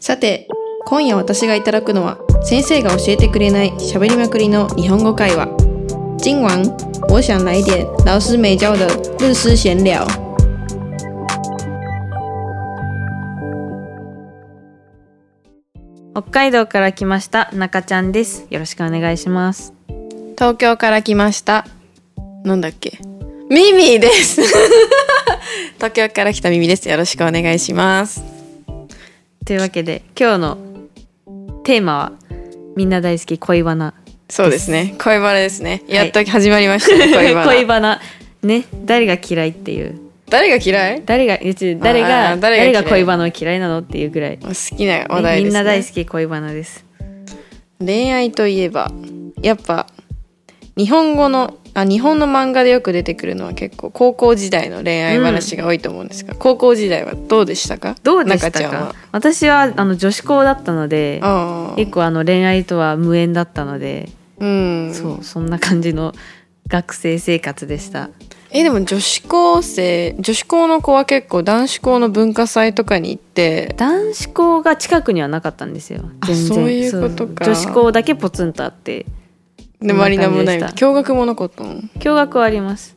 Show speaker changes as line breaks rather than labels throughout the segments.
さて、今夜私がいただくのは、先生が教えてくれない喋りまくりの日本語会話。今晚我想来点老师没教的日式闲聊。
北海道から来ました中ちゃんですよろしくお願いします
東京から来ました。なんだっけミミィです。 東京から来たミミです。よろしくお願いします。
というわけで今日のテーマはみんな大好き恋バナ
そうですね。恋バラですね。
い
やっと始まりましたね、 恋バラ。
恋バナね誰が嫌いっていう
誰が嫌い
誰がいやちょ誰
あ
が
ー誰が
誰
嫌い
が恋バナを嫌いなのっていうぐらい、ね
好きな話題です、ね。
みんな大好き恋バナです
恋愛といえばやっぱ日本語のあ日本の漫画でよく出てくるのは結構高校時代の恋愛話が多いと思うんですが、高校時代はどうでしたか
どうでした
中ちゃん
か
は
私はあの女子校だったので
あ
結
あ
構あの恋愛とは無縁だったので、
うん
そうそんな感じの学生生活でした
えでも女子高生女子校の子は結構男子校の文化祭とかに行って
男子校が近くにはなかったんですよ
あ
全然
そういうことか
そう女子校だけポツンとあって
で周りなんもない
そんな感じでした
共学もなかったの
共学はあります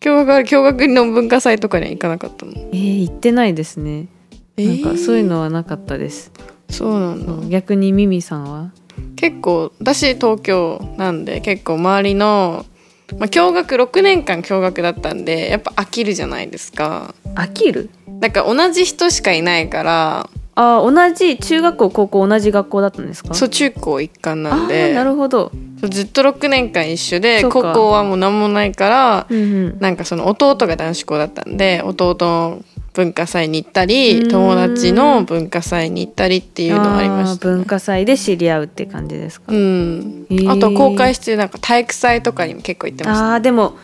共学共学の文化祭とかには行かなかったの
えー、行ってないですねなんかそういうのはなかったです、
そうなんだ
そう逆にミミさんは
結構私東京なんで結構周りのまあ、共学6年間共学だったんでやっぱ飽きるじゃないですか
飽きる
なんか同じ人しかいないから
あー同じ中学校高校同じ学校だったんですか
そうう中高一貫
あ
なん
ー
で
なるほど、
そうずっと6年間一緒で
そう
高
か
校はもう何もないから
うんうん、
なんかその弟が男子校だったんで弟の文化祭に行ったり
うん
友達の文化祭に行ったりっていうのがありまし
あ
た
ー
ね、
文化祭で知り合うって感じですか、
うん
へー
あと公開してるなんか体育祭とかにも結構行ってました
あーでも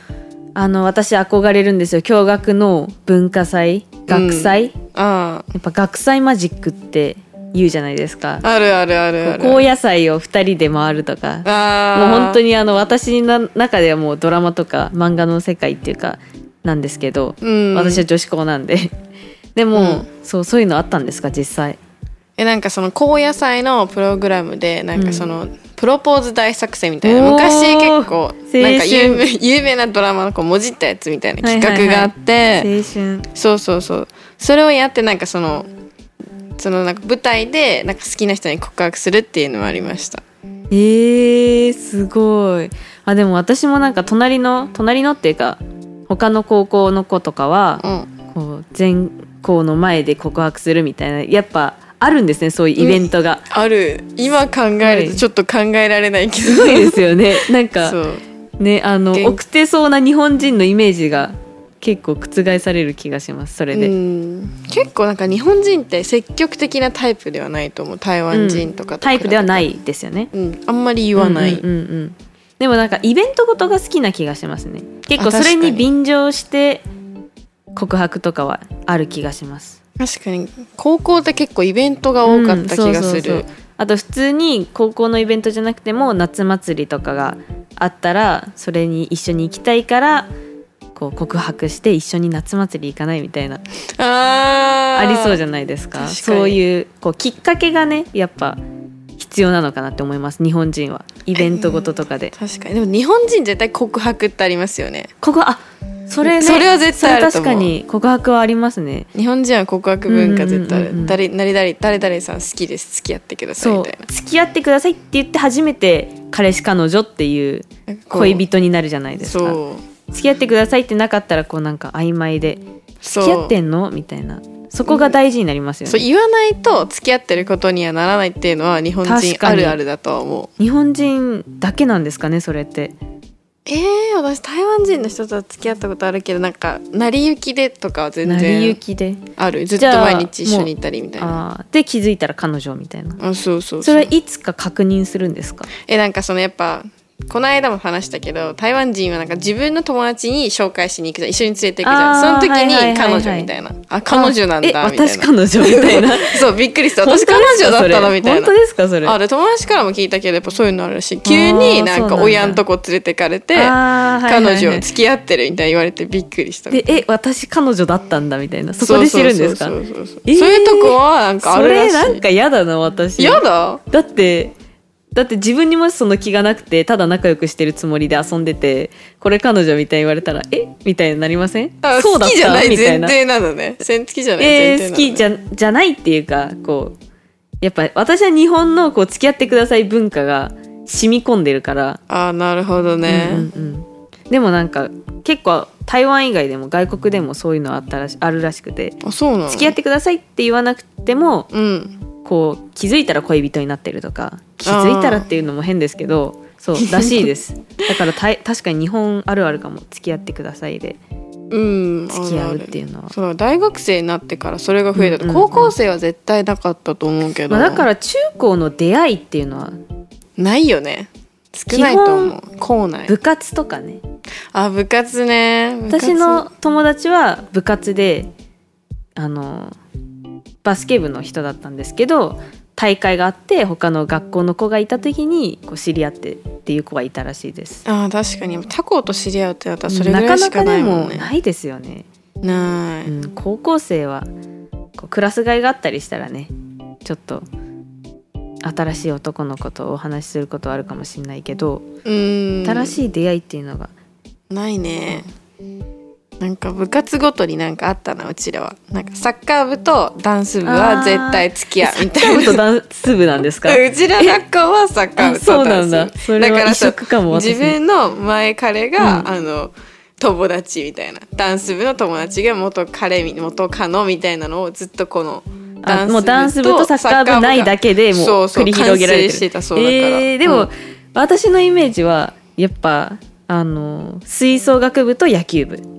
あの私憧れるんですよ共学の文化祭学祭、
あ
やっぱ学祭マジックって言うじゃないですか
ああるあるあるある
高野菜を2人で回るとか
あ
もう
ー
本当にあの私の中ではもうドラマとか漫画の世界っていうかなんですけど、
うん、
私は女子校なんで でも、
うん
そうそういうのあったんですか実際
えなんかその高野菜のプログラムでなんかその、プロポーズ大作戦みたいな
おー
昔結構
春
なんか有名有名なドラマのこうもじったやつみたいな企
はいはい
画
はい
があって、
春
そうそうそうそれをやってなんかそのそのなんか舞台でなんか好きな人に告白するっていうのもありました
えー、すごいあでも私もなんか隣の隣のっていうか他の高校の子とかは、
うん
こう全校の前で告白するみたいなやっぱあるんですねそういうイベントが、
ある今考えるとちょっと考えられないけ
すごい
ど
ですよ ねなん
そ
か
う
ねあの
元気
奥手そうな日本人のイメージが結構覆される気がしますそれで、
うん結構なんか日本人って積極的なタイプではないと思う台湾人とかと比べて、
タイプではないですよね
うん、あんまり言わない、
うんうんうんうんでもなんかイベントごとが好きな気がしますね結構
あ
それ
確か
に
に
便乗して告白とかはある気がします
確かに高校って結構イベントが多かった気がす
うんそうそうそう
る
あと普通に高校のイベントじゃなくても夏祭りとかがあったらそれに一緒に行きたいからこう告白して一緒に夏祭り行かないみたいな
あ
ありそうじ
ゃ
ゃないですか
確かに
そういうこうきっかけがねやっぱ必要なのかなって思います日本人はイベントごととかで、
確かにでも日本人絶対告白ってありますよね
ここあそれね
それは絶対あると
それ
思う
確かに告白はありますね
日本人は告白文化絶対ある、
うんうんうんうん
誰誰々誰々さん好きです付き合ってください
そ
み
う
たいな
付き合ってくださいって言って初めて彼氏彼女っていう
なんかこう
恋人になるじゃないですか
そう
付き合ってくださいってなかったらこうなんか曖昧で
そう
付き合ってんのみたいなそこが大事になりますよ
そう
ね、
言わないと付き合ってることにはならないっていうのは日本人
確か
あ
に
るあるだとは思う
日本人だけなんですかねそれって
えー、私台湾人の人とは付き合ったことあるけどなんか成り行きでとかは全
成り
然
行きで
あるずっと
じゃあ
毎日一緒にいたりみたいな
あーで気づいたら彼女みたいな
あそうそうそう
それはいつか確認するんですか
えなんかそのやっぱこの間も話したけど台湾人はなんか自分の友達に紹介しに行くじゃん一緒に連れて行くじゃんそ
あ
の
ー
時
はいはい
に
はい
彼
はい
女みたいなあ彼女なんだみたいな
え私彼女みたいな
そうびっくりした私彼女だったのみたい
本
な
当ですかそれ
あで友達からも聞いたけどやっぱそういうのあるらしい急になん
そうなん
か
だ
親んとこ連れてかれて
あーはいはい
彼
はい
女付き合ってるみたいに言われてびっくりした
でえ私彼女だったんだみたいなそこで知るんですか
そうそうそうそう
えー
そういうとこはなんかあ
そ
るら
れ
しい
なんか嫌だな私
やだ
だってだって自分にもしその気がなくてただ仲良くしてるつもりで遊んでてこれ彼女みたいに言われたらえみたいになりません
あ
そうだ
好
っ
きじゃ
た
ない
みた
前
いな
提なのねせん好きじゃない
え
前提な
ー、好
のね
きじゃじゃないっていうかこうやっぱ私は日本のこう付き合ってください文化が染み込んでるから、
あーなるほどね、
うんうんうんでもなんか結構台湾以外でも外国でもそういうのあったらしあるらしくて
あそうなの
付き合ってくださいって言わなくても
うん
こう気づいたら恋人になってるとか気づいたらっていうのも変ですけどそうらしい ですだからたい確かに日本あるあるかも付き合ってくださいで
うん
付き合うっ
い
ていうのは
うそう大学生になってからそれが増えた、
うんうんうん
高校生は絶対なかったと思うけど、
まあ、だから中高の出会いっていうのは
ないよね少ないと思う校内
部活とかね
あ部活ね部活
私の友達は部活であのバスケ部の人だったんですけど大会があって他の学校の子がいた時にこう知り合ってっていう子がいたらしいです
あー確かに他校と知り合うってなったらそれぐらいしかないもんね
なかなかでもないですよね、
な
う
い
ん、高校生はこうクラス替えがあったりしたらねちょっと新しい男の子とお話しすることはあるかもしれないけど、
うん
新しい出会いっていうのが
ないねなんか部活ごとになんかあったなうちらはなんかサッカー部とダンス部は絶対付き合うみたいな
ちょっとダンス部な んですか
うちら学校はサッカー
あ
部
そ
と
うな
ダン
ん
ス部
だそれ
だか
は
ら
異
さ
色かも私
自分の前彼が、
うん
あの友達みたいなダンス部の友達が元彼み元カノみたいなのをずっとこの
あもうダンス部とサッカー部ないだ
け
けでもう
そうそう
繰り広げられてる
完成してたそうだから
えーでも、
うん
私のイメージはやっぱあの吹奏楽部と野球部じ
じ
ゃ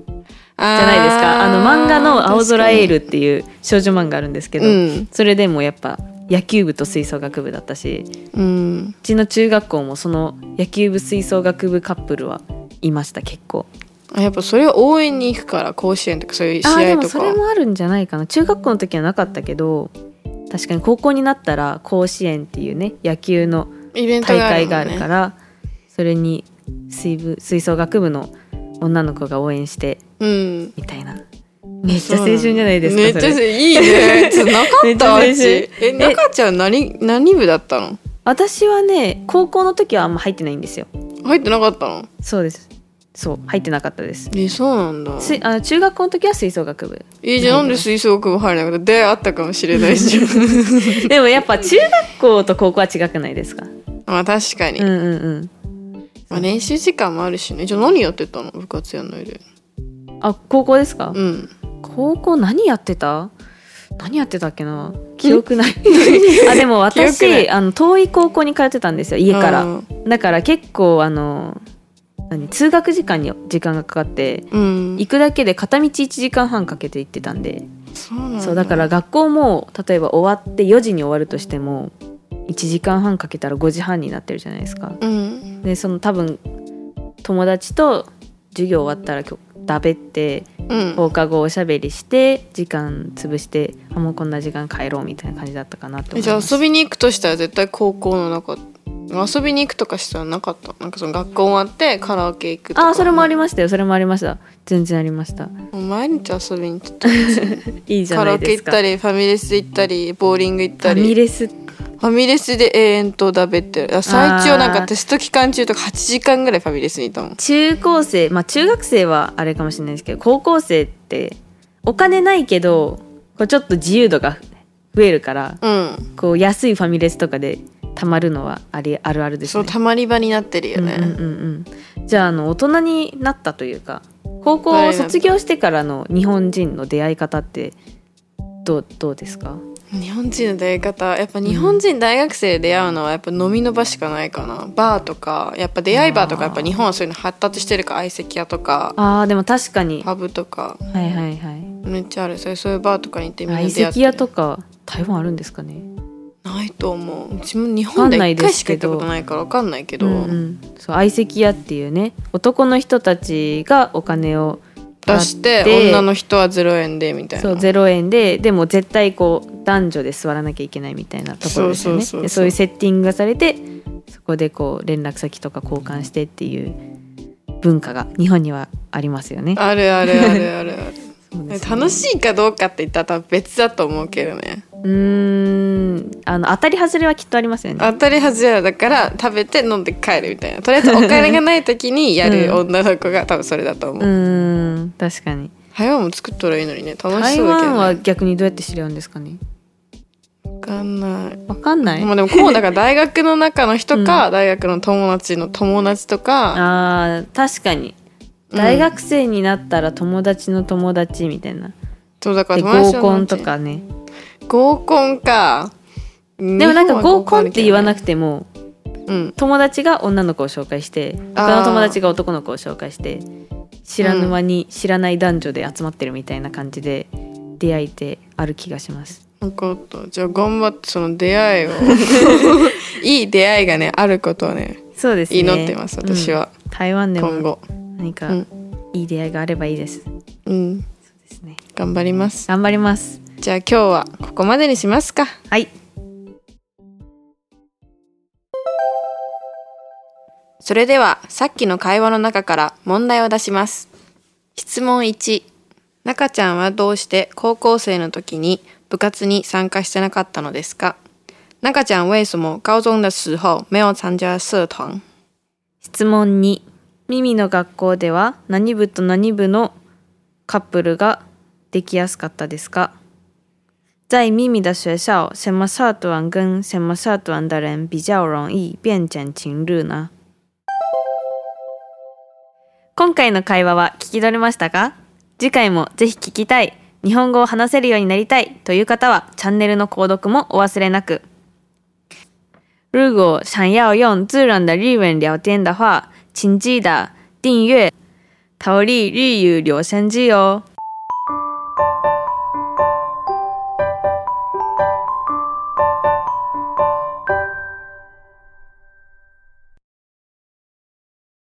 ゃ
ないですかあの漫画の「青空エール」っていう少女漫画あるんですけど、
うん
それでもやっぱ野球部と吹奏楽部だったし
うん
うちの中学校もその野球部吹奏楽部カップルはいました結構
あやっぱそれを応援に行くから甲子園とかそういう試
あーで
合
も
と
そ
か
れもあるんじゃないかな中学校の時はなかったけど確かに高校になったら甲子園っていうね野球の
イベント
大
があるも
会
んね
があるからそれに水部吹奏楽部の女の子が応援して
うん
みたいなめっちゃ青春じゃないですか
めっ
そ
ちゃ
れ
いいねちょっとなか
め
っ
っちゃ
た
青
わ
春
うちえ中ちゃん何何部だったの
私はね高校の時はあんま入ってないんですよ
入ってなかったの
そうですそう入ってなかったです
えそうなんだ
すあの中学校の時は吹奏 楽部
えじゃあなんで吹奏楽部入らなかった出会ったかもしれないじゃん
でもやっぱ中学校と高校は違くないですか
まあ確かに、
うんうんうん
まあ、練習時間もあるしねじゃあ何やってたの部活やんないで
あ高校ですか
うん
高校何やってた何やってたっけな記憶ない あでも
記憶ない
私あの遠い高校に通ってたんですよ家か
う
ら
ん
だから結構あの何通学時間に時間がかかって
うん
行くだけで片道1時間半かけて行ってたんで
そうなんだ
そうだから学校も例えば終わって4時に終わるとしても1時間半かけたら5時半になってるじゃないですか
うん
でその多分友達と授業終わったら今日だべって
うん
放課後おしゃべりして時間潰してあもうこんな時間帰ろうみたいな感じだったかなと思い
えじゃあ
ます
遊びに行くとしたら絶対高校の中遊びに行くとかしたらなかったなんかその学校終わってカラオケ行くとか
あそれもあ
り
りましたよそれもありました全然ありました
毎日遊びに行って た
いいじゃ
カラ
ない
オケ
です
行っ
か
たりファミレス行ったりボーリング行った
ファミ
り
レス
ファミレスで永遠とだべってるあ最長なんかテスト期間中とか8時間ぐらいファミレスにいたもん
中高生まあ中学生はあれかもしれないですけど高校生ってお金ないけどこうちょっと自由度が増えるから
うん
こう安いファミレスとかでたまるのはありあるあるです
そ
ね
うたまり場になってるよね、
うんうんうんうん、じゃああの大人になったというか高校を卒業してからの日本人の出会い方ってどうどうですか
日本人の出会い方やっぱ日本人大学生で出会うのはやっぱ飲みの場しかないかなバーとかやっぱ出会いバーとかやっぱ日本はそういうの発達してるから相席屋とか
あーでも確かには
パブとか
いはいはい
めっちゃあるそれそういうバーとかに行ってみんな出会っ
相
て
席屋とか台湾あるんですかね
ないと思ううちも日本で
わかんない
1
で
回
す
しか
け
行った
ど
ことないから分かんないけど、
うんうんそう相席屋っていうね男の人たちがお金を
出して
で
女の人は0円でみたいな
そう0円ででも絶対こう男女で座らなきゃいけないみたいなところですよねで
そうそうそうそう
そういうセッティングがされてそこでこう連絡先とか交換してっていう文化が日本にはありますよね。
あるあるあるある ある
そうですね
楽しいかどうかって言ったら多分別だと思うけどね
うーんあの当たり外れはきっとありますよね。
当たり外れだから食べて飲んで帰るみたいなとりあえずお金がない時にやる
う
女の子が多分それだと思
う
う、
ーん確かに、
台湾も作ったらいいのにね楽し
台
そうだけど、
湾
ね、
は逆にどうやって知り合うんですかね
分かんない
わかんない、
まあでもこうだ から大学の中の人か、大学の友達の友達とか
あー確かに
うん
大学生になったら友達の友達みたいな、
そうだから
で
友達
合
の
コンとかね
合コンか
でもなんか合コンって言わな
く
くても
うん
友達が女の子を紹介して
あー
他の友達が男の子を紹介して知らぬ間に知らない男女で集まってるみたいな感じで出会いてある気がします
分かったじゃあ頑張ってその出会いを いい出会いがねあることをね
そうですね
祈ってます私は
うん台湾で
今
も
後
何か
うん
いい出会いがあればいいです
うん
ですね
頑張ります
頑張ります
じゃあ今日はここまでにしますか
はい
それではさっきの会話の中から問題を出します質問1中ちゃんはどうして高校生の時に部活に参加してなかったのですか中ちゃん为什么高中的时候没有参加社团
質問2ミミの学校では何部と何部のカップルができやすかったですか在秘密的学校，什么社团跟什么社团的人比较容易变成情侣呢？今回の会話は聞き取れましたか次回もぜひ聞きたい、日本語を話せるようになりたいという方はチャンネルの購読もお忘れなく。如果想要用自然的日文聊天的话，请记得订阅“逃离日语留声机”哦。